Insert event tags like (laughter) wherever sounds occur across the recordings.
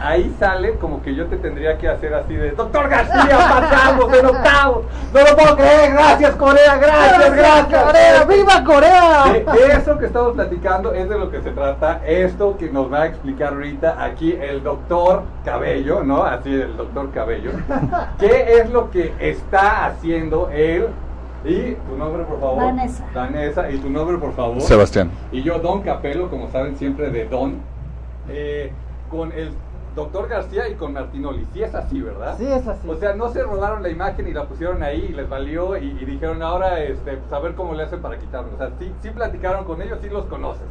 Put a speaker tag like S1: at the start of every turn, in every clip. S1: Ahí sale como que yo te tendría que hacer así de Doctor García, pasamos en octavos. No lo puedo creer, gracias Corea, gracias, gracias.
S2: Corea, viva Corea.
S1: De eso que estamos platicando es de lo que se trata. Esto que nos va a explicar ahorita aquí el doctor Cabello, ¿no? Así el doctor Cabello. ¿Qué es lo que está haciendo él? Y tu nombre, por favor.
S2: Vanessa.
S1: Vanessa, y tu nombre, por favor.
S3: Sebastián.
S1: Y yo, Don Capelo, como saben siempre de Don. Eh, con el doctor García y con Martinoli. Sí es así, ¿verdad?
S2: Sí, es así.
S1: O sea, no se robaron la imagen y la pusieron ahí y les valió y, y dijeron ahora este, pues, a ver cómo le hacen para quitarnos. O sea, sí, sí platicaron con ellos, sí los conoces.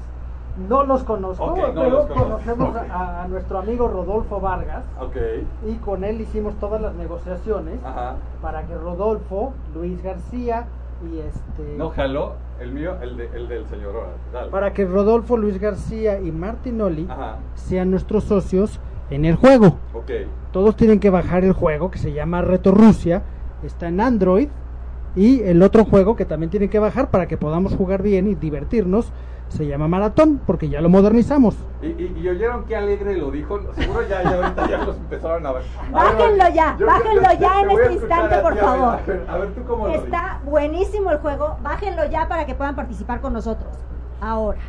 S2: no los conozco,
S1: Ok, no
S2: pero
S1: los conoces.
S2: conocemos
S1: Ok.
S2: a, a nuestro amigo Rodolfo Vargas
S1: Ok.
S2: y con él hicimos todas las negociaciones
S1: Ajá.
S2: para que Rodolfo, Luis García y este...
S1: No jaló el mío, el, de- el del señor. ahora, dale.
S2: para que Rodolfo, Luis García y Martinoli
S1: Ajá.
S2: sean nuestros socios en el juego.
S1: Ok.
S2: Todos tienen que bajar el juego que se llama Reto Rusia, está en Android y el otro juego que también tienen que bajar para que podamos jugar bien y divertirnos se llama Maratón porque ya lo modernizamos.
S1: Y, y- y oyeron qué alegre lo dijo. Seguro ya, ya ahorita ya los empezaron a ver. A ver,
S4: Bájenlo ya,
S1: yo-
S4: bájenlo
S1: te- te-
S4: ya
S1: te
S4: en
S1: voy a escuchar
S4: este instante,
S1: a ti,
S4: por
S1: a ver,
S4: favor.
S1: A ver, a ver, tú cómo lo dices.
S4: Está buenísimo el juego, bájenlo ya para que puedan participar con nosotros. Ahora.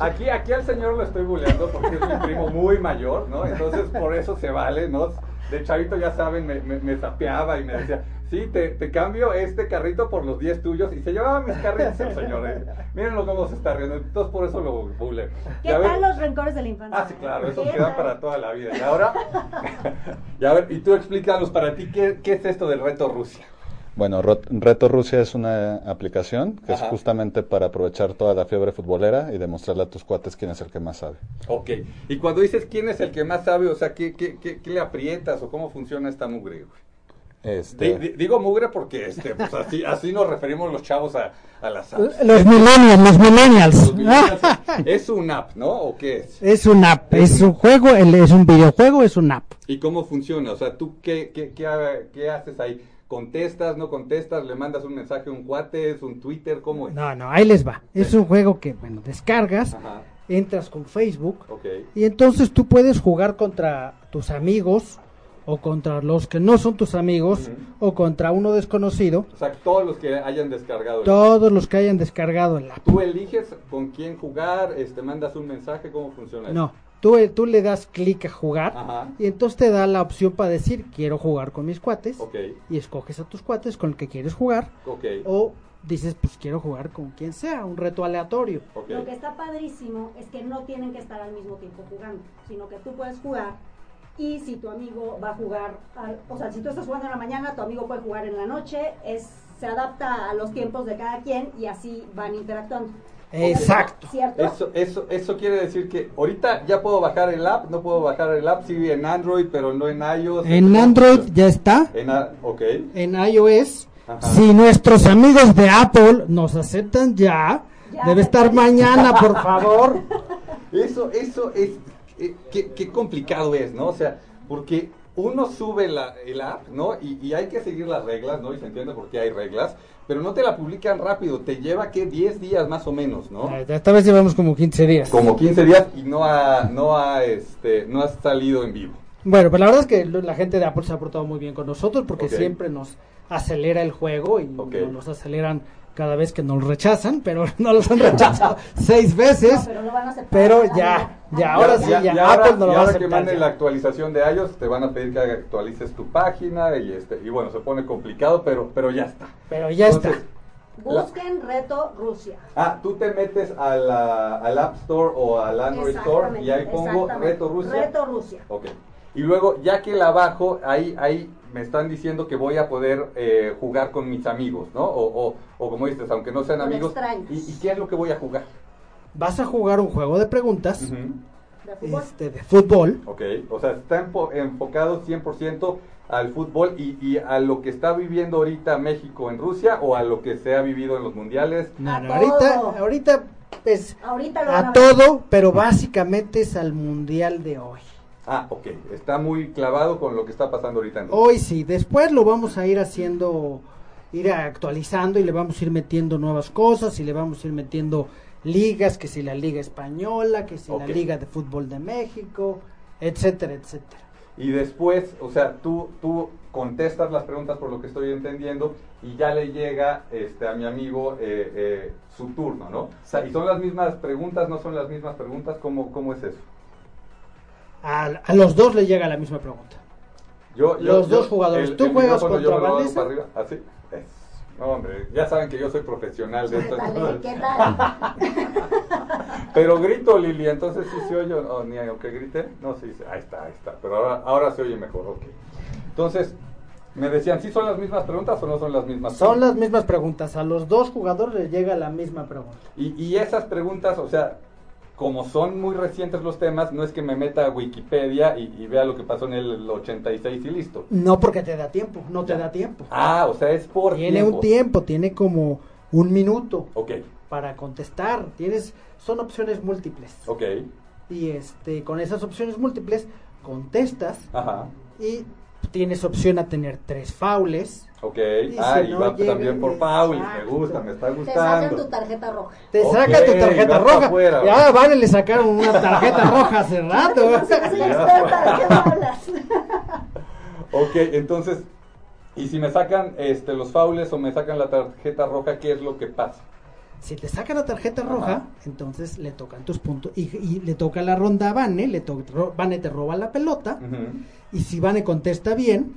S1: Aquí, aquí al señor lo estoy buleando porque es mi primo muy mayor, ¿no? Entonces por eso se vale, ¿no? De chavito, ya saben, me, me, me sapeaba y me decía, sí, te, te cambio este carrito por los 10 tuyos y se llevaba mis carritos el señor. ¿eh? Mírenlo cómo se está riendo, entonces por eso lo buleo.
S4: ¿Qué
S1: Y a ver-
S4: tal los rencores de la infancia?
S1: Ah, sí, claro, eso
S4: ¿Qué
S1: queda
S4: tal?
S1: para toda la vida. Y ahora, (laughs) y a ver, y tú explícanos para ti, ¿qué, qué es esto del reto Rusia?
S3: Bueno, Rot- Reto Rusia es una aplicación que
S1: Ajá.
S3: es justamente para aprovechar toda la fiebre futbolera y demostrarle a tus cuates quién es el que más sabe.
S1: Ok, y cuando dices quién es el que más sabe, o sea, ¿qué, qué, qué, qué le aprietas o cómo funciona esta mugre? güey? Di-
S3: Este,
S1: di- digo mugre porque este, pues así, así nos referimos los chavos a, a las apps.
S2: Los millennials, los millennials. (laughs)
S1: Los millennials. es un app, ¿no? ¿O qué es?
S2: Es una app, es un juego, el- es un videojuego, es una app.
S1: ¿Y cómo funciona? O sea, ¿tú qué, qué, qué, ha- qué haces ahí? ¿Contestas, no contestas? ¿Le mandas un mensaje a un cuate? ¿Es un Twitter? ¿Cómo es?
S2: No, no, ahí les va. Es un juego que, bueno, descargas,
S1: Ajá,
S2: entras con Facebook
S1: ok.
S2: y entonces tú puedes jugar contra tus amigos o contra los que no son tus amigos o contra uno desconocido,
S1: O sea, todos los que hayan descargado. el-
S2: todos los que hayan descargado el app.
S1: ¿Tú eliges con quién jugar? Este, ¿Mandas un mensaje? ¿Cómo funciona?
S2: No, tú, eh, tú le das clic a jugar
S1: Ajá.
S2: y entonces te da la opción para decir quiero jugar con mis cuates
S1: eso? Ok,
S2: y escoges a tus cuates con el que quieres jugar
S1: ok,
S2: o dices pues quiero jugar con quien sea, un reto aleatorio.
S1: ok.
S4: Lo que está padrísimo es que no tienen que estar al mismo tiempo jugando, sino que tú puedes jugar y si tu amigo va a jugar, al- o sea, si tú estás jugando en la mañana, tu amigo puede jugar en la noche, es, se adapta a los tiempos de cada quien y así van interactuando.
S2: Exacto.
S4: ¿Cierto?
S1: Eso, eso, eso quiere decir que ahorita ya puedo bajar el app, no puedo bajar el app, sí en Android, pero no en iOS.
S2: En Android ya está,
S1: En a- ok.
S2: en iOS.
S1: Eh. Ajá.
S2: Si nuestros amigos de Apple nos aceptan ya,
S4: Ya.
S2: debe estar mañana,
S1: (laughs)
S2: por favor.
S1: Eso, eso es, eh, qué, qué complicado es, ¿no? O sea, porque uno sube la, el app, ¿no? Y, y hay que seguir las reglas, ¿no? Y se entiende por qué hay reglas, pero no te la publican rápido, te lleva que 10 días más o menos, ¿no?
S2: Esta vez llevamos como 15 días.
S1: Como 15 días y no ha, no ha, este, no ha salido en vivo.
S2: Bueno, pero la verdad es que lo- la gente de Apple se ha portado muy bien con nosotros porque
S1: Ok.
S2: siempre nos acelera el juego y
S1: Ok.
S2: no nos aceleran cada vez que nos rechazan, pero (laughs) no los han rechazado
S1: (laughs)
S2: seis veces.
S4: No, pero lo van a aceptar.
S2: pero
S4: Ah,
S2: ya,
S4: mira.
S2: ya,
S4: Ah,
S2: ahora
S4: ya,
S2: sí,
S4: ya.
S2: ya.
S1: y ahora,
S2: Apple no lo
S1: y
S2: va a
S1: ahora que
S2: aceptar
S1: manden
S2: ya.
S1: la actualización de iOS, te van a pedir que actualices tu página y este y bueno, se pone complicado, pero pero ya está.
S2: Pero ya
S1: Entonces,
S2: está.
S4: Busquen Reto Rusia.
S1: Ah, tú te metes a la, al App Store o al Android Store
S4: Exactamente,
S1: y ahí pongo
S4: exactamente.
S1: Reto Rusia.
S4: Reto Rusia.
S1: Ok. Y luego, ya que la bajo, ahí, ahí me están diciendo que voy a poder eh, jugar con mis amigos, ¿no? O, o, o como dices, aunque no sean
S4: Con
S1: amigos.
S4: extraños.
S1: ¿Y, y qué es lo que voy a jugar?
S2: Vas a jugar un juego de preguntas
S4: De fútbol.
S2: este, de fútbol.
S1: Ok, o sea, está enfo- enfocado 100% al fútbol y, y a lo que está viviendo ahorita México en Rusia o a lo que se ha vivido en los mundiales.
S2: No,
S4: A
S2: no, ahorita,
S4: todo.
S2: ahorita es
S4: Ahorita lo van
S2: a
S4: a ver.
S2: todo, pero básicamente es al mundial de hoy.
S1: Ah, ok. Está muy clavado con lo que está pasando ahorita. en-
S2: Hoy sí, después lo vamos a ir haciendo, ir actualizando y le vamos a ir metiendo nuevas cosas y le vamos a ir metiendo ligas, que si la Liga Española, que si
S1: Ok.
S2: la Liga de Fútbol de México, etcétera, etcétera.
S1: Y después, o sea, tú, tú contestas las preguntas por lo que estoy entendiendo y ya le llega este, a mi amigo eh, eh, su turno, ¿no? O sea, ¿y son las mismas preguntas, no son las mismas preguntas? ¿Cómo, cómo es eso?
S2: A, a los dos le llega la misma pregunta.
S1: Yo,
S2: Los dos jugadores. Tú juegas
S1: micrófono
S2: contra
S1: yo me lo hago
S2: Vanessa.
S1: para arriba, Así. Es. No, hombre, ya saben que yo soy profesional de esto.
S4: Ándale,
S1: entonces- (laughs)
S4: ¿Qué tal?
S1: Pero grito, Lili, entonces sí se oye, o ni aunque grite, no, sí, sí, ahí está, ahí está, pero ahora, ahora se oye mejor, ok. Entonces, me decían, ¿sí son las mismas preguntas o no son las mismas?
S2: Son las
S1: preguntas?
S2: mismas preguntas, a los dos jugadores les llega la misma pregunta.
S1: Y, y esas preguntas, o sea, como son muy recientes los temas, no es que me meta a Wikipedia y, y vea lo que pasó en el 86 y listo.
S2: No porque te da tiempo, no te
S1: Ya.
S2: da tiempo.
S1: Ah, o sea, es por
S2: tiene
S1: tiempo.
S2: un tiempo, tiene como un minuto
S1: Ok,
S2: para contestar. Tienes, son opciones múltiples.
S1: ok,
S2: y este con esas opciones múltiples contestas
S1: ajá,
S2: y tienes opción a tener tres faules
S1: ok.
S2: si
S1: ah, y
S2: no
S1: va
S2: llega-
S1: también por Pauli, me
S2: Exacto.
S1: gusta, me está
S4: Te sacan tu
S1: gustando. (laughs)
S4: tarjeta roja.
S2: te
S1: Ok,
S2: saca tu tarjeta
S1: vas
S2: roja
S1: afuera.
S2: ya vale le sacaron
S1: (laughs)
S2: una tarjeta roja hace rato
S4: No seas la experta, ¿de qué hablas?
S1: Ok, entonces, y si me sacan este, los faules o me sacan la tarjeta roja, ¿qué es lo que pasa?
S2: si te saca la tarjeta
S1: Ajá.
S2: roja entonces le tocan tus puntos y, y le toca la ronda a Vane le to- ro- Vane te roba la pelota
S1: Ujú.
S2: y si Vane contesta bien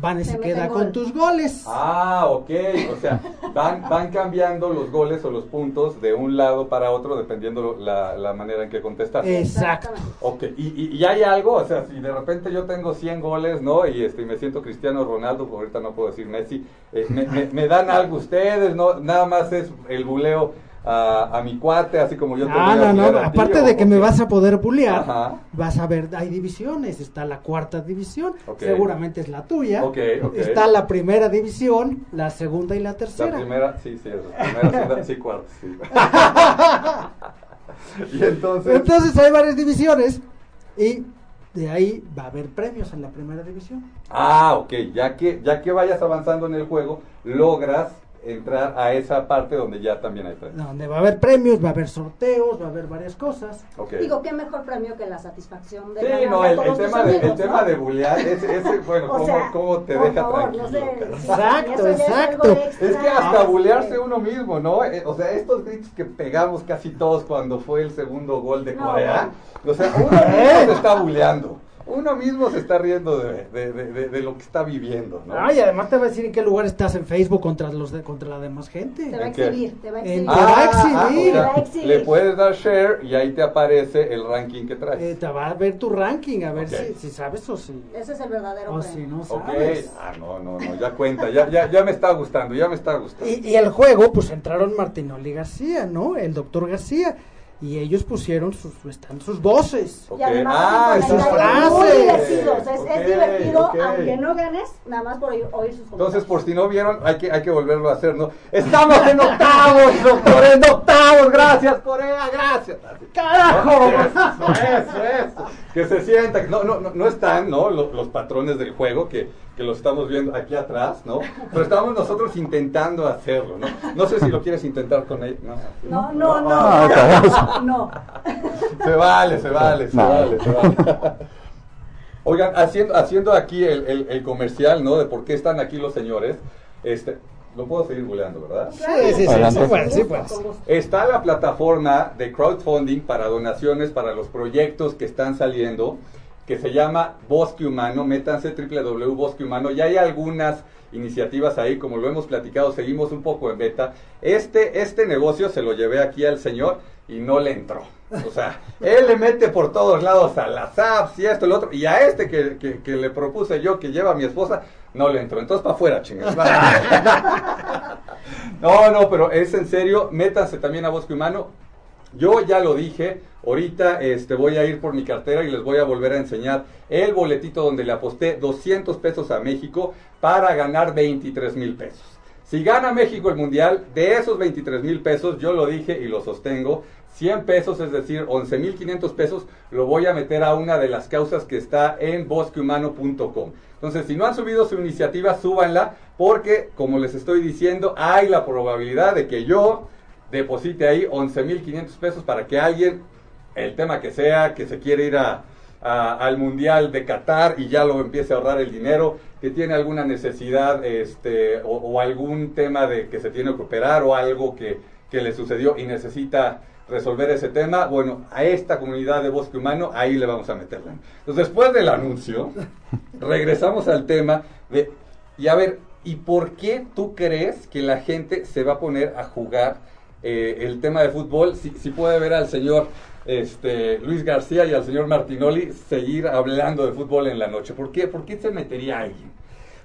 S2: Vane
S4: Se
S2: se
S4: mete
S2: queda
S4: gol.
S2: con tus goles
S1: Ah, ok, o sea, van, van cambiando los goles o los puntos de un lado para otro dependiendo lo- la, la manera en que contestas.
S2: Eh. Exacto.
S4: Exactamente.
S1: Ok, y, y- y hay algo, o sea, si de repente yo tengo 100 goles, ¿no? Y este, me siento Cristiano Ronaldo, porque ahorita no puedo decir Messi, eh, me, me- me dan algo ustedes, ¿no? Nada más es el buleo a, a mi cuate, así como yo te voy
S2: Ah,
S1: a
S2: no, no,
S1: bulear a ti,
S2: aparte
S1: o-
S2: de que
S1: o
S2: me
S1: qué.
S2: vas a poder pulear,
S1: Ajá.
S2: vas a ver, hay divisiones, está la cuarta división,
S1: Ok.
S2: seguramente es la tuya,
S1: Ok, ok.
S2: está la primera división, la segunda y la
S1: La
S2: tercera.
S1: primera, sí, sí, es la primera, segunda, sí, cuarta, sí. y entonces,
S2: Entonces hay varias divisiones y de ahí va a haber premios en la primera división.
S1: Ah, ok, ya que, ya que vayas avanzando en el juego, logras entrar a esa parte donde ya también hay premios.
S2: Donde va a haber premios, va a haber sorteos, va a haber varias cosas.
S1: Ok.
S4: Digo, qué mejor premio que la satisfacción de
S1: Sí,
S4: ganarle
S1: no,
S4: a
S1: el, el
S4: todos tus
S1: tema, de, el
S4: amigos,
S1: tema
S4: ¿no?
S1: de bulear, ese,
S4: (laughs)
S1: ese, bueno,
S4: O
S1: ¿cómo,
S4: sea,
S1: cómo te
S4: por
S1: deja
S4: favor,
S1: tranquilo?
S4: no sé,
S1: cara?
S4: sí,
S2: Exacto,
S4: eso ya es algo
S2: exacto.
S4: de extra,
S1: Es que hasta
S4: este,
S1: bulearse uno mismo, ¿no? Eh, O sea, estos gritos que pegamos casi todos cuando fue el segundo gol de
S4: No,
S1: Corea. O sea, uno
S4: (laughs)
S1: mismo se está buleando. Uno mismo se está riendo de, de- de- de- de lo que está viviendo, ¿no?
S2: Ay, además te va a decir en qué lugar estás en Facebook contra los de, contra la demás gente.
S4: Te va a
S1: ¿En qué?
S4: exhibir, te va a
S2: En-
S4: exhibir.
S2: Ah, va a exhibir.
S1: o sea,
S4: Te va a exhibir.
S1: le puedes dar share y ahí te aparece el ranking que traes.
S2: Eh, te va a ver tu ranking, a ver
S1: Ok.
S2: si, si sabes o si,
S4: Ese es el verdadero
S2: o
S4: premio.
S2: si Oh, no
S1: ok.
S2: sabes.
S1: Ah, no, no, no, ya cuenta, ya, ya, ya me está gustando, ya me está gustando.
S2: Y, y el juego, pues entraron Martinoli García, ¿no? El doctor García. Y ellos pusieron sus, están sus voces.
S1: Ok.
S4: Y además
S1: Ah,
S4: hacen
S2: esas
S4: comentarios muy
S2: frases.
S4: divertidos, es, es
S1: Ok,
S4: divertido
S1: ok.
S4: aunque no ganes, nada más por oír, oír sus comentarios.
S1: Entonces, por si no vieron, hay que, hay que volverlo a hacer, ¿no? ¡Estamos en octavos, doctor! ¡En octavos! ¡Gracias, Corea! ¡Gracias! Así. Eso, eso, eso. Que se sienta. No, no, no, no están, ¿no? Lo- Los, patrones del juego que, que los estamos viendo aquí atrás, ¿no? Pero estamos nosotros intentando hacerlo, ¿no? No sé si lo quieres intentar con ellos. No.
S4: No, no, no.
S3: Ah,
S4: No.
S1: Se vale, se vale, se
S3: No.
S1: vale, se vale. Oigan, haciendo, haciendo aquí el, el- el comercial, ¿no? De por qué están aquí los señores. Este, lo puedo seguir buleando, ¿verdad?
S2: Sí, sí, sí,
S3: Adelante.
S2: sí, puedes, sí,
S4: Con
S2: puedes.
S4: gusto, con gusto.
S1: Está la plataforma de crowdfunding para donaciones para los proyectos que están saliendo, que se llama Bosque Humano. Métanse www Bosque Humano. Ya hay algunas iniciativas ahí, como lo hemos platicado, seguimos un poco en beta. Este, este negocio se lo llevé aquí al señor y no le entró. O sea, (laughs) él le mete por todos lados a las apps y esto, el otro. Y a este que, que- que le propuse yo, que lleva a mi esposa, no le entró. Entonces, para afuera, chingados. No, no, pero es en serio, métanse también a Bosque Humano. Yo ya lo dije, ahorita este, voy a ir por mi cartera y les voy a volver a enseñar el boletito donde le aposté 200 pesos a México para ganar 23 mil pesos. Si gana México el Mundial, de esos 23 mil pesos, yo lo dije y lo sostengo, 100 pesos, es decir, 11 mil 500 pesos, lo voy a meter a una de las causas que está en bosquehumano.com. Entonces, si no han subido su iniciativa, súbanla, porque, como les estoy diciendo, hay la probabilidad de que yo deposite ahí 11 mil 500 pesos para que alguien, el tema que sea, que se quiere ir a, a- al Mundial de Qatar y ya lo empiece a ahorrar el dinero, que tiene alguna necesidad este, o, o algún tema de que se tiene que operar o algo que, que le sucedió y necesita resolver ese tema, bueno, a esta comunidad de bosque humano ahí le vamos a meterla. Entonces, después del anuncio, regresamos al tema de, y a ver, ¿y por qué tú crees que la gente se va a poner a jugar eh, el tema de fútbol? Si, si puede ver al señor este, Luis García y al señor Martinoli seguir hablando de fútbol en la noche. ¿Por qué, ¿Por qué se metería alguien?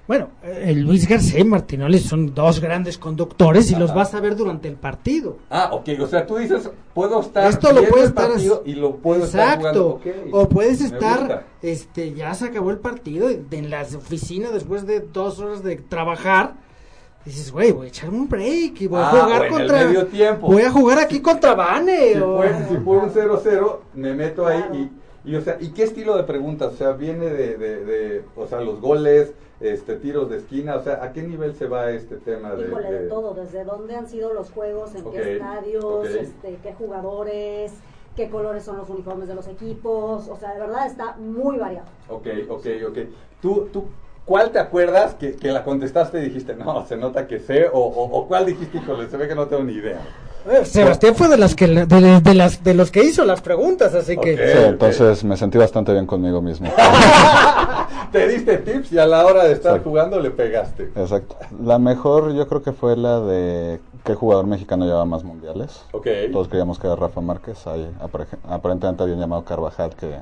S2: Bueno, eh, Luis García y Martinoli son dos grandes conductores y los vas a ver durante el partido.
S1: Ah, ok, o sea, tú dices, puedo estar
S2: Esto lo
S1: viendo
S2: puedes
S1: el
S2: estar
S1: partido
S2: as-
S1: y lo puedo estar jugando.
S2: Exacto.
S1: Ok,
S2: O puedes
S1: me
S2: estar,
S1: gusta.
S2: este, ya se acabó el partido, y en la oficina después de dos horas de trabajar, dices, güey, voy a echarme un break y voy a
S1: Ah,
S2: jugar
S1: o en el
S2: contra.
S1: medio tiempo.
S2: Voy a jugar aquí contra Bane.
S1: si
S2: o-
S1: fue, si fue un 0-0, me meto ahí
S4: Claro.
S1: y, y, o sea, ¿y qué estilo de preguntas? O sea, viene de, de, de, o sea, los goles, este, tiros de esquina, o sea, ¿a qué nivel se va este tema de...?
S4: Híjole, de
S1: de-
S4: todo, desde dónde han sido los juegos, en
S1: Ok,
S4: qué estadios,
S1: ok.
S4: este, qué jugadores, qué colores son los uniformes de los equipos, o sea, de verdad está muy variado.
S1: Ok, ok, ok. ¿Tú, tú cuál te acuerdas que, que la contestaste y dijiste, no, se nota que sé, o, o, o cuál dijiste, híjole, se ve que no tengo ni idea?
S2: Eh, Sebastián fue de las que la- de, de las de los que hizo las preguntas, así que.
S1: Ok.
S3: Sí, entonces
S1: eh.
S3: me sentí bastante bien conmigo
S1: (laughs)
S3: mismo.
S1: Te diste tips y a la hora de estar
S3: Exacto.
S1: jugando le pegaste.
S3: Exacto. La mejor yo creo que fue la de qué jugador mexicano lleva más mundiales.
S1: Ok.
S3: Todos creíamos que era Rafa Márquez. Ahí, apare- aparentemente había un llamado Carvajal que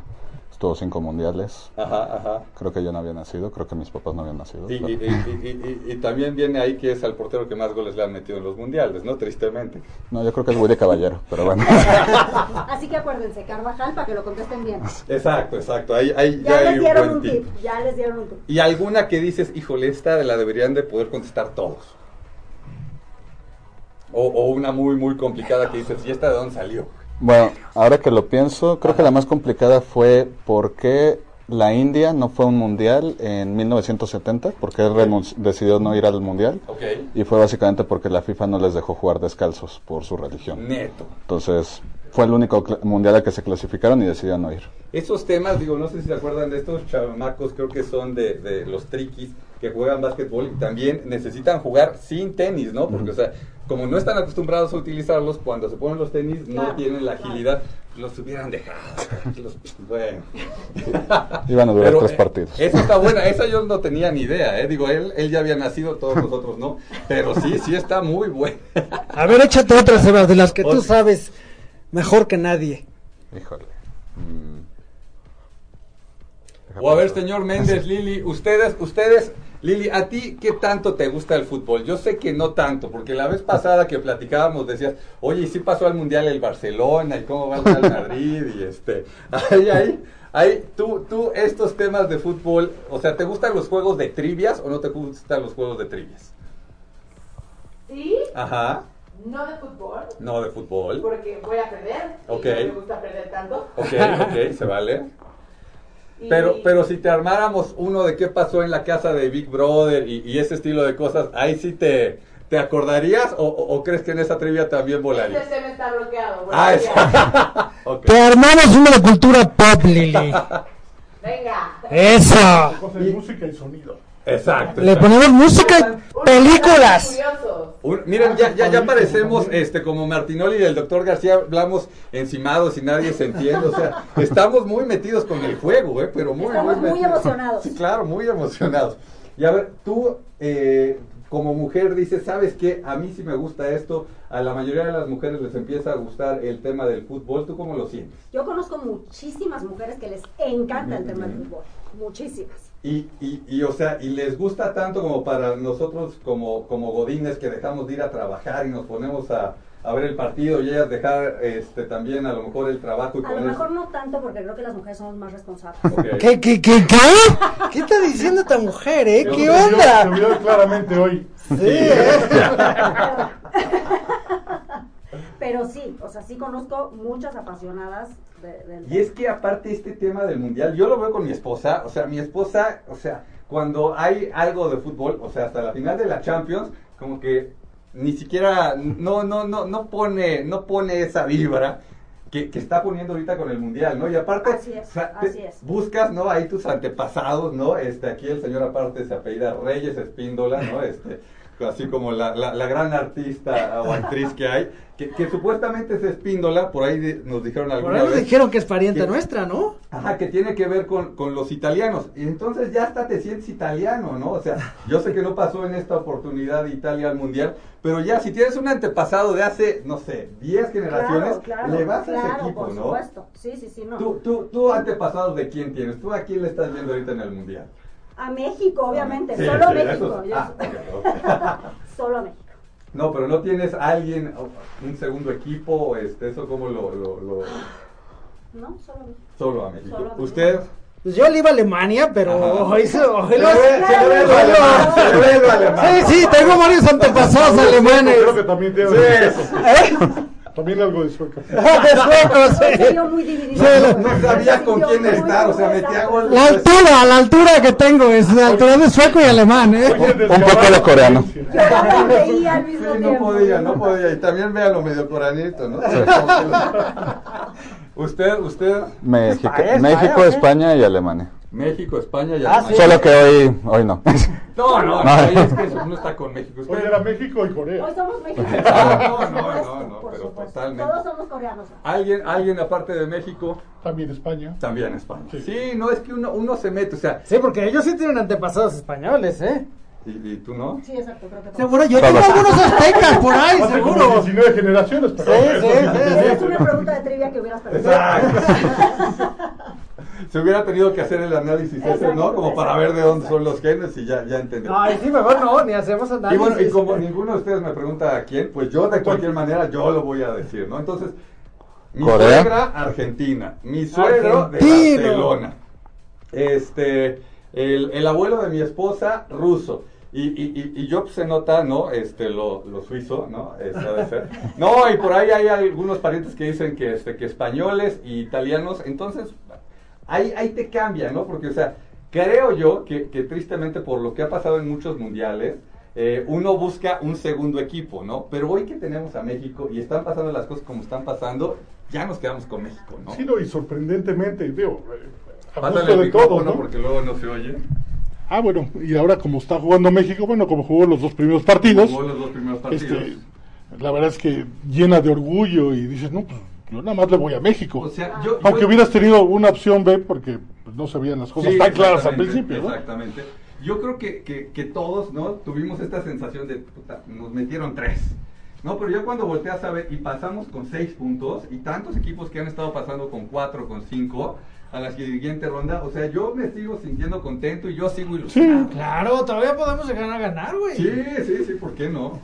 S3: estuvo cinco mundiales.
S1: Ajá, ajá.
S3: Creo que yo no había nacido, creo que mis papás no habían nacido.
S1: Y, y-
S3: pero-
S1: y- y- y- y también viene ahí que es al portero que más goles le han metido en los mundiales, ¿no? Tristemente.
S3: No, yo creo que es Willy Caballero,
S1: (laughs)
S3: pero bueno.
S4: Así que acuérdense, Carvajal, para que lo contesten bien.
S1: Exacto, exacto. Ahí, ahí
S4: Ya,
S1: hay
S4: les
S1: un
S4: dieron
S1: buen
S4: un tip. ya les dieron un tip.
S1: Y alguna que dices, híjole, esta la deberían de poder contestar todos. O, o una muy, muy complicada que dices, ¿y esta de dónde salió?
S3: bueno, ahora que lo pienso, creo que la más complicada fue por qué la India no fue a un mundial en 1970, porque él renunci- decidió no ir al mundial.
S1: Ok.
S3: Y fue básicamente porque la FIFA no les dejó jugar descalzos por su religión.
S1: Neto.
S3: Entonces, fue el único cla- mundial al que se clasificaron y decidieron no ir.
S1: Esos temas, digo, no sé si se acuerdan de estos chamacos, creo que son de, de los triquis que juegan básquetbol y también necesitan jugar sin tenis, ¿no? Porque, o sea, como no están acostumbrados a utilizarlos, cuando se ponen los tenis no
S4: Claro,
S1: tienen la
S4: claro.
S1: agilidad, los hubieran dejado. (laughs) Los- bueno.
S3: Iban a durar
S1: Pero,
S3: tres
S1: eh,
S3: partidos.
S1: Esa
S3: (laughs)
S1: está buena, esa yo no tenía ni idea, ¿eh? Digo, él, él ya había nacido, todos nosotros no, pero sí, sí está muy buena.
S2: A ver, échate otra, Sebas, de las que tú
S1: Otra.
S2: sabes mejor que nadie.
S3: Híjole. Mm.
S1: O a ver, señor Méndez, Lili, ustedes, ustedes, Lili, ¿a ti qué tanto te gusta el fútbol? Yo sé que no tanto, porque la vez pasada que platicábamos decías, oye, y sí pasó al Mundial el Barcelona, y cómo va el Real Madrid, y este, ahí, ahí, ahí, tú, tú, estos temas de fútbol, o sea, ¿te gustan los juegos de trivias o no te gustan los juegos de trivias?
S5: Sí,
S1: Ajá,
S5: no de fútbol,
S1: no de fútbol.
S5: porque voy a perder. y
S1: Ok.
S5: no me gusta perder tanto.
S1: Ok, ok, se vale.
S5: Y-
S1: Pero, pero si te armáramos uno de qué pasó en la casa de Big Brother y, y ese estilo de cosas, ahí sí te, te acordarías o, o- o crees que en esa trivia también
S5: Este
S1: volarías.
S5: tema está bloqueado.
S1: Ah,
S5: bueno, ya.
S1: esa. (laughs) Ok.
S2: Te armamos una cultura pop,
S5: (laughs)
S6: (laughs)
S2: Lili.
S5: Venga.
S2: Eso.
S6: Cosas de música y sonido.
S1: Exacto.
S2: Le
S1: exacto.
S2: ponemos música,
S5: Unos
S2: películas.
S5: datos curiosos.
S1: Un- miren, ya, ya, ya parecemos este, como Martinoli y el doctor García, hablamos encimados y nadie se entiende. O sea, estamos muy metidos con el juego, ¿eh? pero muy,
S4: Estamos muy
S1: metidos.
S4: emocionados.
S1: Sí, claro, muy emocionados. Y a ver, tú eh, como mujer dices, ¿sabes qué? A mí sí me gusta esto. A la mayoría de las mujeres les empieza a gustar el tema del fútbol. ¿Tú cómo lo sientes?
S4: Yo conozco muchísimas mujeres que les encanta el tema del
S1: Ujú.
S4: fútbol, muchísimas.
S1: Y, y, y, o sea, y les gusta tanto como para nosotros como, como godines que dejamos de ir a trabajar y nos ponemos a, a ver el partido y ellas dejar este, también a lo mejor el trabajo y
S4: A lo
S1: poner...
S4: mejor no tanto porque creo que las mujeres somos más responsables.
S1: Ok.
S2: ¿Qué, qué, qué, qué? ¿Qué está diciendo esta mujer, eh?
S6: Eso
S2: ¿Qué
S6: se vio- Se
S2: onda? eh.
S6: vio claramente hoy.
S4: Pero sí, o sea, sí conozco muchas apasionadas de- del
S1: Y es que aparte este tema del mundial, yo lo veo con mi esposa, o sea, mi esposa, o sea, cuando hay algo de fútbol, o sea, hasta la final de la Champions, como que ni siquiera, no, no, no, no pone, no pone esa vibra. Que, que está poniendo ahorita con el mundial, ¿no? Y aparte,
S4: Así es, así es.
S1: buscas, ¿no? Ahí tus antepasados, ¿no? Este, aquí el señor aparte se apellida Reyes Espíndola, ¿no? Este, así como la, la, la gran artista o actriz que hay, que, que supuestamente es Espíndola, por ahí de- nos dijeron
S6: Por
S1: alguna
S6: ahí nos
S1: vez.
S6: dijeron que es pariente
S1: ¿Qué?
S6: nuestra, ¿no?
S1: Ajá, que tiene que ver con, con los italianos. Y entonces ya hasta te sientes italiano, ¿no? O sea, yo sé que no pasó en esta oportunidad Italia al Mundial, pero ya si tienes un antepasado de hace, no sé, 10 generaciones, le vas a ese
S4: claro,
S1: equipo,
S4: por
S1: ¿no?
S4: supuesto. Sí, sí, sí, no.
S1: Tú, tú, tú antepasado de quién tienes, tú a quién le estás viendo ahorita en el Mundial.
S4: A México, obviamente,
S1: Ah, Sí,
S4: solo
S1: sí,
S4: México.
S1: eso-
S4: yo-
S1: ah, ok, (laughs) ok.
S4: Solo México.
S1: No, pero no tienes a alguien, o- un segundo equipo, este, eso como lo, lo, lo-
S4: No, solo México.
S1: solo a México.
S4: Solo a México.
S1: ¿Usted?
S6: Pues yo le iba a Alemania, pero
S1: Ajá.
S6: hoy se hoy
S1: Se
S6: los-
S1: ve- se ve lo alemán, se ve lo alemán.
S6: Sí, sí, tengo varios antepasados alemanes.
S7: Creo que también
S4: (laughs)
S7: tiene.
S1: Sí.
S6: ¿Eh?
S7: También algo de sueca. (laughs)
S6: (laughs) De suecos,
S4: Se
S6: eh.
S4: vio muy dividido.
S6: Sí,
S4: güey.
S1: no sabía
S4: Se
S1: con
S4: vio
S1: quién
S4: muy,
S1: estar, o
S4: muy
S1: sea, metía
S4: exacto.
S1: gol.
S6: La altura, la altura que tengo es la altura de sueco y alemán, ¿eh?
S3: Un poco de coreano.
S4: Yo no me reía al mismo
S1: Sí, no
S4: tiempo.
S1: podía, no podía. Y también vea lo medio coranito, ¿no? (laughs) usted, usted,
S3: México,
S6: España,
S3: México,
S6: España,
S3: España y Alemania.
S1: México, España y
S6: Ah,
S1: Alemania.
S6: Sí.
S3: Solo que hoy, hoy no. (laughs)
S1: No, no, no,
S3: No.
S1: es que eso, uno está con México. Usted-
S7: Hoy Ah. era México y Corea.
S4: Hoy somos mexicanos.
S1: Ah, no, no,
S4: Por
S1: no, no,
S4: supuesto, por
S1: pero
S4: supuesto.
S1: totalmente.
S4: Todos somos coreanos.
S1: Alguien, alguien aparte de México,
S7: También España.
S1: también España.
S7: Sí.
S1: Sí, no, es que uno, uno se mete, o sea,
S6: Sí, porque ellos sí tienen antepasados españoles, ¿eh?
S1: y, y tú no.
S4: Sí, exacto, creo que todos.
S6: Seguro, yo tengo
S3: Todos.
S6: algunos aztecas por (laughs) ahí,
S7: Hace como
S6: seguro.
S7: 19 generaciones. pero
S6: Sí,
S7: eso
S6: sí,
S7: sí.
S6: sí.
S4: Esa es una pregunta de trivia que hubieras perdido.
S1: (laughs) Se hubiera tenido que hacer el análisis ese, ¿no?
S4: Exacto,
S1: Como para ver de dónde son los genes y ya, ya entendemos.
S6: No, y sí, mejor no, ni hacemos análisis.
S1: Y bueno, y como ninguno de ustedes me pregunta a quién, pues yo de cualquier manera yo lo voy a decir, ¿no? Entonces, mi
S3: Corea.
S1: suegra argentina, mi suegro de
S6: Argentino.
S1: Barcelona, este, el, el abuelo de mi esposa ruso. Y, y, y- y yo pues, se nota, ¿no? Este, lo, lo suizo, ¿no? Este, ha de ser. No, y por ahí hay algunos parientes que dicen que, este, que españoles y italianos, entonces ahí, ahí te cambia, ¿no? Porque, o sea, creo yo que, que tristemente por lo que ha pasado en muchos mundiales, eh, uno busca un segundo equipo, ¿no? Pero hoy que tenemos a México y están pasando las cosas como están pasando, ya nos quedamos con México, ¿no?
S7: Sí, no, y sorprendentemente, digo, eh, a
S1: Pásale
S7: gusto
S1: el
S7: de todo,
S1: micrófono
S7: ¿no?
S1: porque luego no se oye.
S7: Ah, bueno, y ahora como está jugando México, bueno, como jugó los dos primeros partidos,
S1: Jugó los dos primeros partidos.
S7: este, la verdad es que llena de orgullo y dices, no, pues yo nada más le voy a México.
S1: O sea, yo,
S7: ah. Aunque
S1: yo-
S7: hubieras tenido una opción B, porque pues, no se veían las cosas
S1: Sí,
S7: tan claras al
S1: exactamente,
S7: principio, ¿no?
S1: Exactamente. Yo creo que, que- que todos, ¿no? Tuvimos esta sensación de, puta, nos metieron tres. No, pero yo cuando volteas a ver y pasamos con seis puntos y tantos equipos que han estado pasando con cuatro, con cinco a la siguiente ronda, o sea, yo me sigo sintiendo contento y yo sigo ilusionado.
S6: Claro, todavía podemos llegar a ganar, güey.
S1: Sí, sí, sí, ¿por qué no?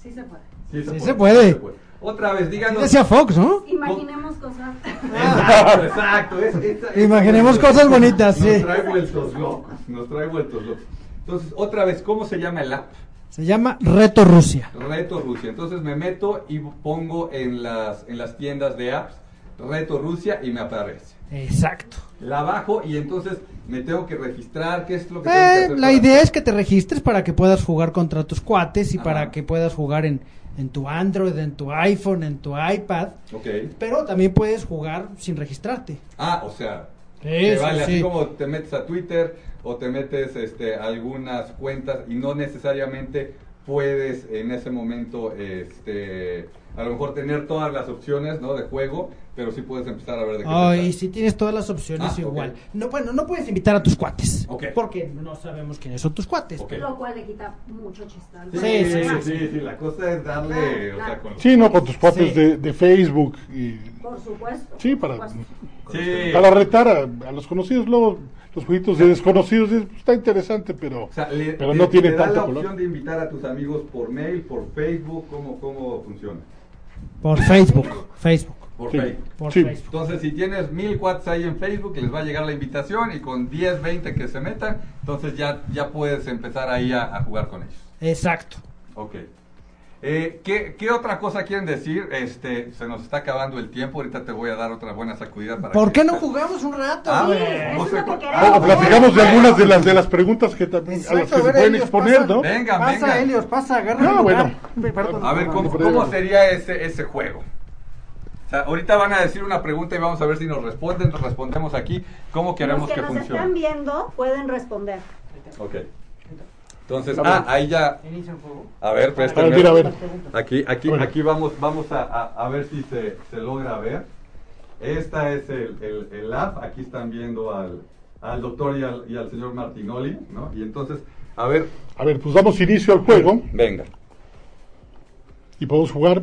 S4: Sí se puede.
S6: Sí se puede.
S1: sí Otra vez, díganos.
S6: Decía Fox, ¿no?
S4: Imaginemos cosas.
S1: Exacto, exacto. es- es- es-
S6: Imaginemos cosas bonitas,
S1: Nos
S6: sí.
S1: trae vueltos locos, nos trae vueltos locos. Entonces, otra vez, ¿cómo se llama el app?
S6: Se llama Reto Rusia.
S1: Reto Rusia. Entonces me meto y pongo en las, en las tiendas de apps Reto Rusia y me aparece.
S6: Exacto.
S1: La bajo y entonces me tengo que registrar, qué es lo que tengo que
S6: Eh,
S1: hacer
S6: la
S1: para-
S6: idea es que te registres para que puedas jugar contra tus cuates y
S1: Ajá.
S6: para que puedas jugar en, en tu Android, en tu iPhone, en tu iPad.
S1: Ok.
S6: Pero también puedes jugar sin registrarte.
S1: Ah, o sea,
S6: Sí,
S1: te
S6: sí,
S1: vale así
S6: sí.
S1: como te metes a Twitter o te metes este, a algunas cuentas y no necesariamente puedes en ese momento este a lo mejor tener todas las opciones ¿no? de juego, pero sí puedes empezar a ver de qué se
S6: Ay,
S1: trata.
S6: si tienes todas las opciones
S1: Ah,
S6: igual.
S1: ok.
S6: No, bueno, no puedes invitar a tus cuates.
S1: Ok.
S6: Porque no sabemos quiénes son tus cuates.
S1: Ok.
S4: Lo cual le quita mucho chiste. al
S1: Sí,
S4: juego.
S1: sí,
S6: Sí,
S1: sí,
S6: sí,
S1: sí, la cosa es darle, o sea, con
S7: Sí, no, con tus cuates
S6: Sí. Pues,
S7: de, de Facebook y...
S4: Por supuesto.
S7: Sí,
S4: por
S7: para-
S4: supuesto.
S1: Sí.
S7: Para retar a, a los conocidos, luego los jueguitos de desconocidos, dices, pues, está interesante, pero...
S1: O sea, le,
S7: Pero
S1: le-
S7: no tiene
S1: le da
S7: tanto
S1: la
S7: color.
S1: opción de invitar a tus amigos por mail, por Facebook, ¿cómo, cómo funciona?
S6: Por Facebook. Facebook.
S1: Por
S7: Sí.
S1: Facebook.
S6: Por
S7: Sí.
S6: Facebook.
S1: Entonces, si tienes mil watts ahí en Facebook, les va a llegar la invitación y con 10, 20 que se metan, entonces ya, ya puedes empezar ahí a, a jugar con ellos.
S6: Exacto.
S1: Ok. Eh, ¿qué, qué otra cosa quieren decir? Este, se nos está acabando el tiempo. Ahorita te voy a dar otra buena sacudida para.
S6: ¿Por
S1: que-
S6: qué no jugamos un rato?
S1: Ah,
S4: Sí,
S1: bueno,
S4: eso
S1: no
S4: es
S1: sé
S4: lo que
S1: cu-
S4: queremos.
S7: O, o Ah, platicamos de algunas de las de las preguntas que también a las
S6: Exacto,
S7: que
S6: a
S7: se
S6: ver,
S7: pueden
S6: Helios,
S7: exponer,
S6: pasa.
S7: ¿no?
S1: Venga,
S6: pasa,
S1: venga.
S6: Helios, pasa, agarra
S7: No,
S6: el lugar.
S7: bueno.
S6: Perdón,
S1: A ver,
S6: perdón.
S1: ¿cómo, cómo sería ese, ese juego? O sea, ahorita van a decir una pregunta y vamos a ver si nos responden. Nos respondemos aquí. ¿Cómo queremos
S4: Los que,
S1: que
S4: nos están
S1: funcione?
S4: viendo pueden responder.
S1: Ok. Entonces,
S7: Vamos.
S1: ah, ahí ya.
S6: Inicia el juego.
S1: A ver,
S7: A
S1: préstame.
S7: ver, mira, a ver.
S1: Aquí, aquí,
S7: Bueno.
S1: aquí vamos, vamos a, a- a ver si se, se logra ver. Esta es el, el, el app. Aquí están viendo al, al doctor y al, y al señor Martinoli, ¿no? Y entonces, a ver,
S7: A ver, pues damos inicio al juego
S1: venga.
S7: y podemos jugar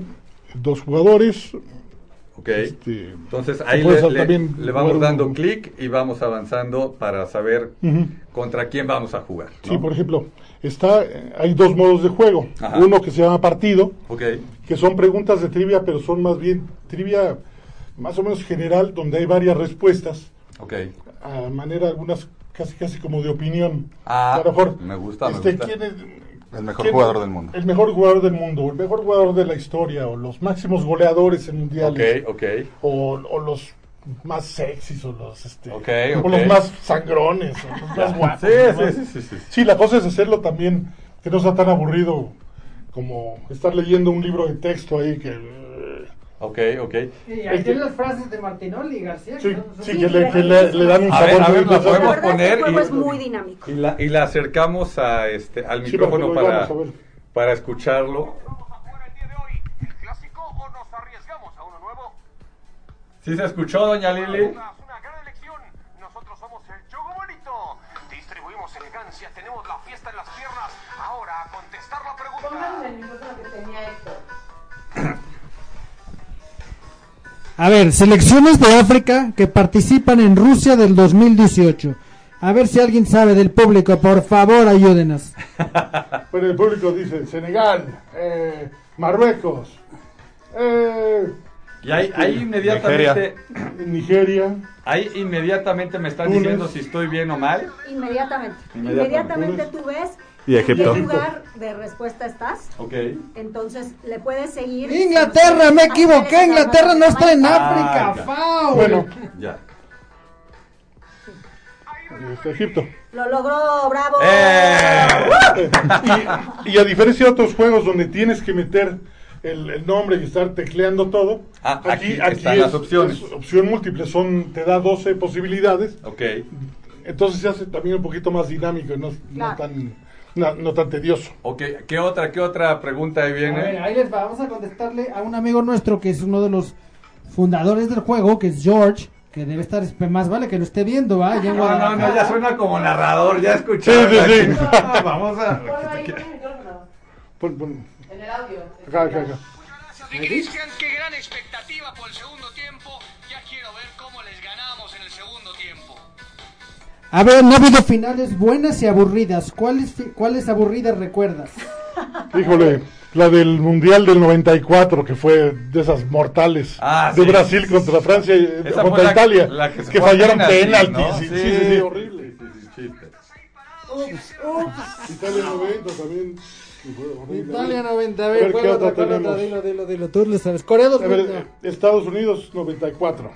S7: dos jugadores.
S1: Ok.
S7: Este,
S1: Entonces
S7: se
S1: ahí
S7: puede
S1: le,
S7: sal-
S1: le-
S7: también
S1: le vamos
S7: jugar
S1: dando
S7: un-
S1: clic y vamos avanzando para saber
S7: Ujú.
S1: contra quién vamos a jugar. ¿no?
S7: Sí, por ejemplo, está eh, hay dos modos de juego.
S1: Ajá.
S7: Uno que se llama partido,
S1: Ok,
S7: que son preguntas de trivia, pero son más bien trivia más o menos general, donde hay varias respuestas,
S1: ok.
S7: a manera algunas casi casi como de opinión.
S1: Ah,
S7: a lo mejor,
S1: me gusta, me
S7: este,
S1: gusta.
S7: ¿quién es-
S3: El mejor
S7: quién-
S3: jugador del mundo.
S7: El mejor jugador del mundo, el mejor jugador de la historia, o los máximos goleadores en
S1: Ok,
S7: mundiales,
S1: ok.
S7: o, o los más sexys, o los, este,
S1: Ok,
S7: o
S1: ok.
S7: los más sangrones, o los más
S1: (laughs)
S7: guapos.
S1: Sí,
S7: los
S1: sí,
S7: más-
S1: sí, sí, sí, sí.
S7: Sí, la cosa es hacerlo también que no sea tan aburrido como estar leyendo un libro de texto ahí que... eh,
S1: Ok, ok.
S6: Y ahí tienen las frases de Martinoli y García. que
S7: Este- Sí,
S6: son- son-
S7: sí, que le, que le- le dan un
S1: A ver,
S7: sabor
S1: a ver,
S7: muy
S1: la
S7: especial.
S4: La
S1: Podemos
S4: verdad,
S1: poner
S4: este juego
S1: y-
S4: es muy dinámico.
S1: Y la, y la acercamos a este, al
S7: Sí, para que
S1: micrófono
S7: lo
S1: para,
S7: oigamos, a ver.
S1: para escucharlo.
S8: vamos a jugar el día de hoy? ¿El clásico o nos arriesgamos a uno nuevo?
S1: ¿Sí se escuchó, doña Lili?
S8: Una- una gran elección. Nosotros somos el Choco Bonito. Distribuimos elegancia, tenemos la fiesta en las piernas. Ahora a contestar la
S5: Pónganme
S8: pregunta.
S5: el micrófono que tenía Héctor.
S2: A ver, selecciones de África que participan en Rusia del 2018. A ver si alguien sabe del público, por favor, ayúdenos.
S7: Pero el público dice Senegal, eh, Marruecos, eh,
S1: Y ahí, ahí inmediatamente,
S7: Nigeria.
S1: ahí inmediatamente me están
S7: Túnez.
S1: diciendo si estoy bien o mal.
S4: Inmediatamente.
S1: Inmediatamente.
S4: Inmediatamente tú ves
S3: Y
S4: en
S3: Egipto.
S4: qué lugar de respuesta estás.
S1: Ok.
S4: Entonces le puedes seguir.
S6: Inglaterra, me equivoqué. Inglaterra no está en
S1: Ah,
S6: África.
S1: ya.
S6: Fao.
S7: Bueno,
S1: Ya.
S7: este, Egipto.
S4: Lo logró, bravo.
S1: ¡Eh!
S7: Y, y a diferencia de otros juegos donde tienes que meter el, el nombre y estar tecleando todo,
S1: Ah, aquí están las opciones.
S7: es opción múltiple, son, te da 12 posibilidades.
S1: Ok.
S7: Entonces se hace también un poquito más dinámico y no, no
S4: Claro.
S7: tan, no, no tan tedioso.
S1: Ok, ¿qué otra, qué otra pregunta ahí
S6: A ver,
S1: viene?
S6: ahí les va. Vamos a contestarle a un amigo nuestro que es uno de los fundadores del juego, que es George, que debe estar. pues, Más vale que lo esté viendo, ¿va? Allá en
S1: No, no,
S6: Guadalajara.
S1: no, ya suena como narrador, ya escuché.
S7: Sí, sí, sí.
S1: Ah, vamos
S5: Ponlo ahí,
S1: a...
S5: pon el micrófono.
S7: Pon- pon-
S5: En el audio.
S7: acá, acá, acá.
S8: De Cristian, qué gran expectativa por el segundo tiempo. Ya quiero ver cómo les ganamos en el segundo tiempo.
S6: A ver, no ha habido finales buenas y aburridas. ¿Cuáles, fi- cuáles aburridas recuerdas?
S7: Híjole, la del Mundial del 94, que fue de esas mortales.
S1: Ah,
S7: de
S1: sí.
S7: Brasil contra Francia y eh,
S1: Esa
S7: contra
S1: fue la-
S7: Italia.
S1: la que
S7: que
S1: se fue a
S7: fallaron
S1: penaltis,
S7: penaltis.
S1: ¿no?
S7: Sí, sí,
S1: Sí.
S7: sí, sí, horrible.
S1: Chiste.
S7: Italia 90 también. fue horrible.
S6: Italia 90, a
S7: Pues A ver,
S6: ver,
S7: ¿qué
S6: ¿cuál otra,
S7: otra
S6: cuál otra?
S7: tenemos?
S6: Dilo, dilo, dilo, tú lo sabes. Corea
S7: A ver,
S6: 2000.
S7: eh, Estados Unidos 94.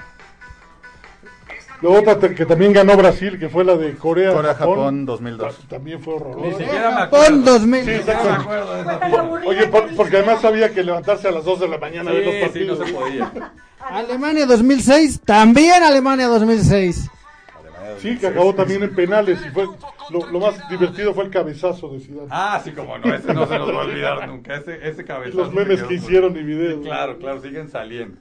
S7: La otra te- que también ganó Brasil, que fue la de Corea.
S3: Corea,
S7: Japón,
S3: Japón 2002.
S7: Ta- También fue horrorosa.
S1: Ni siquiera me
S6: Japón
S1: acuerdo.
S6: 2000.
S7: Sí,
S1: Ya me
S7: exacto.
S1: acuerdo de
S4: Fue
S1: esa
S4: tan
S1: porra.
S4: aburrida
S7: Oye, por-
S4: que
S7: porque
S4: ni
S7: además
S4: siquiera-
S7: había que levantarse a las 2 de la mañana a ver los
S1: Sí, sí, no
S7: partidos.
S1: se podía.
S6: Alemania 2006, también Alemania 2006.
S7: Sí, que acabó también en penales y fue lo, lo más divertido fue el cabezazo de Ciudad.
S1: Ah, sí, como no, ese no se nos va a olvidar nunca. Ese, ese cabezazo.
S7: Los memes
S1: se quedó
S7: que
S1: con-
S7: hicieron y videos.
S1: Sí, claro, claro, siguen saliendo.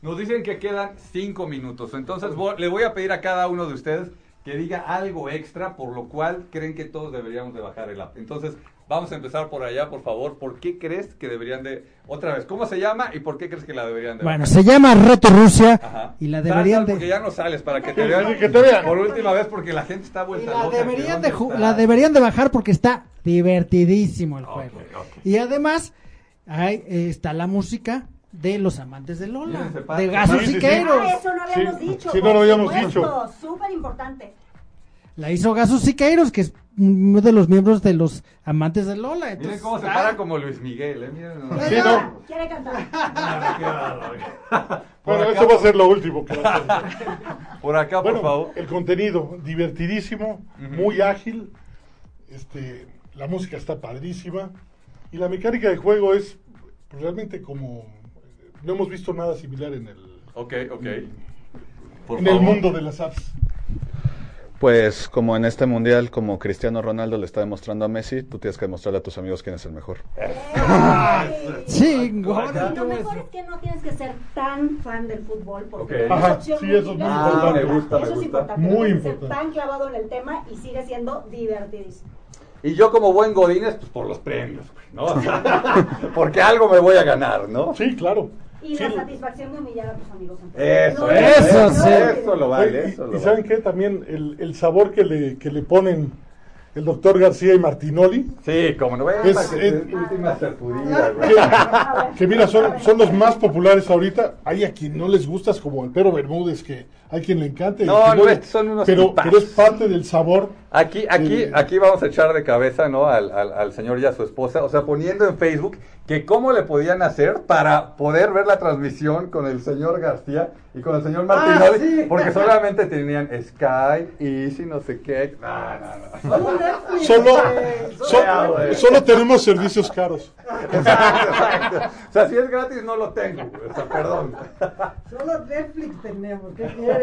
S1: Nos dicen que quedan cinco minutos. Entonces vo- le voy a pedir a cada uno de ustedes que diga algo extra, por lo cual creen que todos deberíamos de bajar el app. Entonces vamos a empezar por allá, por favor. ¿Por qué crees que deberían de... Otra vez, ¿cómo se llama y por qué crees que la deberían de...
S6: Bueno,
S1: bajar?
S6: se llama Reto Rusia
S1: Ajá.
S6: y la
S1: Sal,
S6: deberían
S1: sal, Porque
S6: de
S1: ya no sales, para que te
S4: Sí,
S1: vean.
S7: que te vean.
S1: Por última vez, porque la gente está vuelta
S6: y la
S1: loca,
S6: deberían
S1: ¿que
S6: de
S1: dónde
S6: ju-
S1: está?
S6: la deberían de bajar porque está divertidísimo el juego.
S1: ok.
S6: Y además hay, eh, está la música de los amantes de Lola,
S1: Miren ese pato.
S6: de Gasos
S7: Sí, sí, sí.
S6: Siqueiros.
S4: Ah, eso no habíamos
S7: Sí,
S4: dicho.
S7: sí, no lo
S4: por
S7: habíamos
S4: supuesto,
S7: dicho.
S4: Súper importante.
S6: La hizo Gaso Siqueiros, que es uno de los miembros de los amantes de Lola.
S1: Miren
S6: Entonces,
S1: cómo se
S6: ah,
S1: para como Luis Miguel, ¿eh? Miren, no.
S7: Sí, no.
S4: Quiere cantar.
S1: Ah, qué bárbaro. Por
S7: Bueno,
S1: acá,
S7: eso va a ser lo último que va a hacer.
S1: (laughs) por acá, por favor.
S7: Bueno, el contenido, divertidísimo, muy ágil. Este, la música está padrísima. Y la mecánica de juego es pues, realmente como. eh, No hemos visto nada similar en el,
S1: Ok, ok. Por
S7: en el
S1: favor.
S7: mundo de las apps.
S3: Pues como en este mundial, como Cristiano Ronaldo le está demostrando a Messi, tú tienes que demostrarle a tus amigos quién es el mejor.
S4: Eh,
S6: Chingón.
S1: Por acá.
S4: Lo mejor es que no tienes que ser tan fan del fútbol porque
S1: Ok.
S4: tienes
S7: Ajá,
S4: opción
S7: sí,
S4: muy
S7: eso es muy
S4: diversa.
S7: importante.
S1: Me gusta, me
S4: Eso es
S1: gusta.
S4: importante. no
S7: Muy
S4: tienes que ser
S7: importante.
S4: tan clavado en el tema y sigue siendo divertidísimo.
S1: Y yo como buen Godínez, pues por los premios, güey, ¿no? O sea, (laughs) porque algo me voy a ganar, ¿no?
S7: Sí, claro.
S4: Y
S7: Sí,
S4: la satisfacción de humillar a tus amigos.
S1: Eso,
S4: No,
S1: eso,
S4: no,
S1: eso,
S4: no,
S1: eso lo
S7: Oye,
S1: vale,
S7: y-
S1: eso
S7: y,
S1: lo
S7: saben
S1: vale.
S7: qué también el, el sabor que le, que le ponen el doctor García y Martinoli,
S1: Sí, como no ves,
S7: Es-
S1: para que te
S7: es-
S1: des pues, tu última sacudida, güey.
S7: que, que mira, son, son los más populares ahorita. Hay a quien no les gustas, como el Pero Bermúdez, que hay quien le encanta. y
S1: No,
S7: que
S1: no,
S7: bueno,
S1: estos son unos
S7: pero,
S1: tipazos.
S7: pero es parte del sabor.
S1: Aquí, aquí,
S7: Sí.
S1: aquí vamos a echar de cabeza, ¿no? Al, al, al señor y a su esposa, o sea, poniendo en Facebook que cómo le podían hacer para poder ver la transmisión con el señor García y con el señor Martinoli, porque solamente tenían Sky, Easy, no sé qué. No, no, (laughs) no.
S7: Solo, so-
S1: ya, güey.
S7: solo tenemos servicios caros.
S1: Exacto, exacto. O sea, si es gratis, no lo tengo, güey. o sea, perdón.
S9: Solo Netflix tenemos, ¿qué quieres?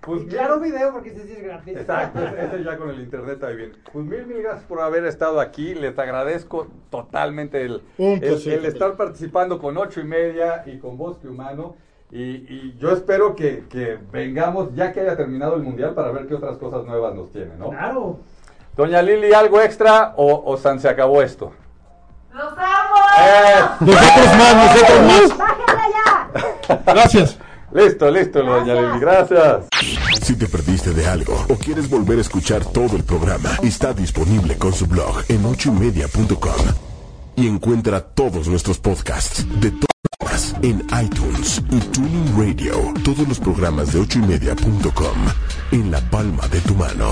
S1: Pues,
S9: Y claro, video porque si es gratis.
S1: Exacto, ese ya con el internet ahí bien. Pues mil, mil gracias por haber estado aquí. Les agradezco totalmente el,
S7: Un
S1: el-
S7: placer.
S1: el estar participando con ocho y media y con Bosque Humano. Y, y yo espero que, que vengamos ya que haya terminado el mundial para ver qué otras cosas nuevas nos tiene, ¿no?
S9: Claro.
S1: Doña Lili, ¿algo extra o, o San se acabó esto?
S5: ¡Los amo!
S1: ¡Eh!
S7: Nosotros más, nosotros
S4: ¡Bájala ya!
S7: más. Gracias.
S1: listo, listo, doña Lili, gracias.
S10: Si te perdiste de algo o quieres volver a escuchar todo el programa, está disponible con su blog en ochoymedia.com. Y encuentra todos nuestros podcasts de todas horas en iTunes y Tuning Radio. Todos los programas de ochoymedia.com en la palma de tu mano.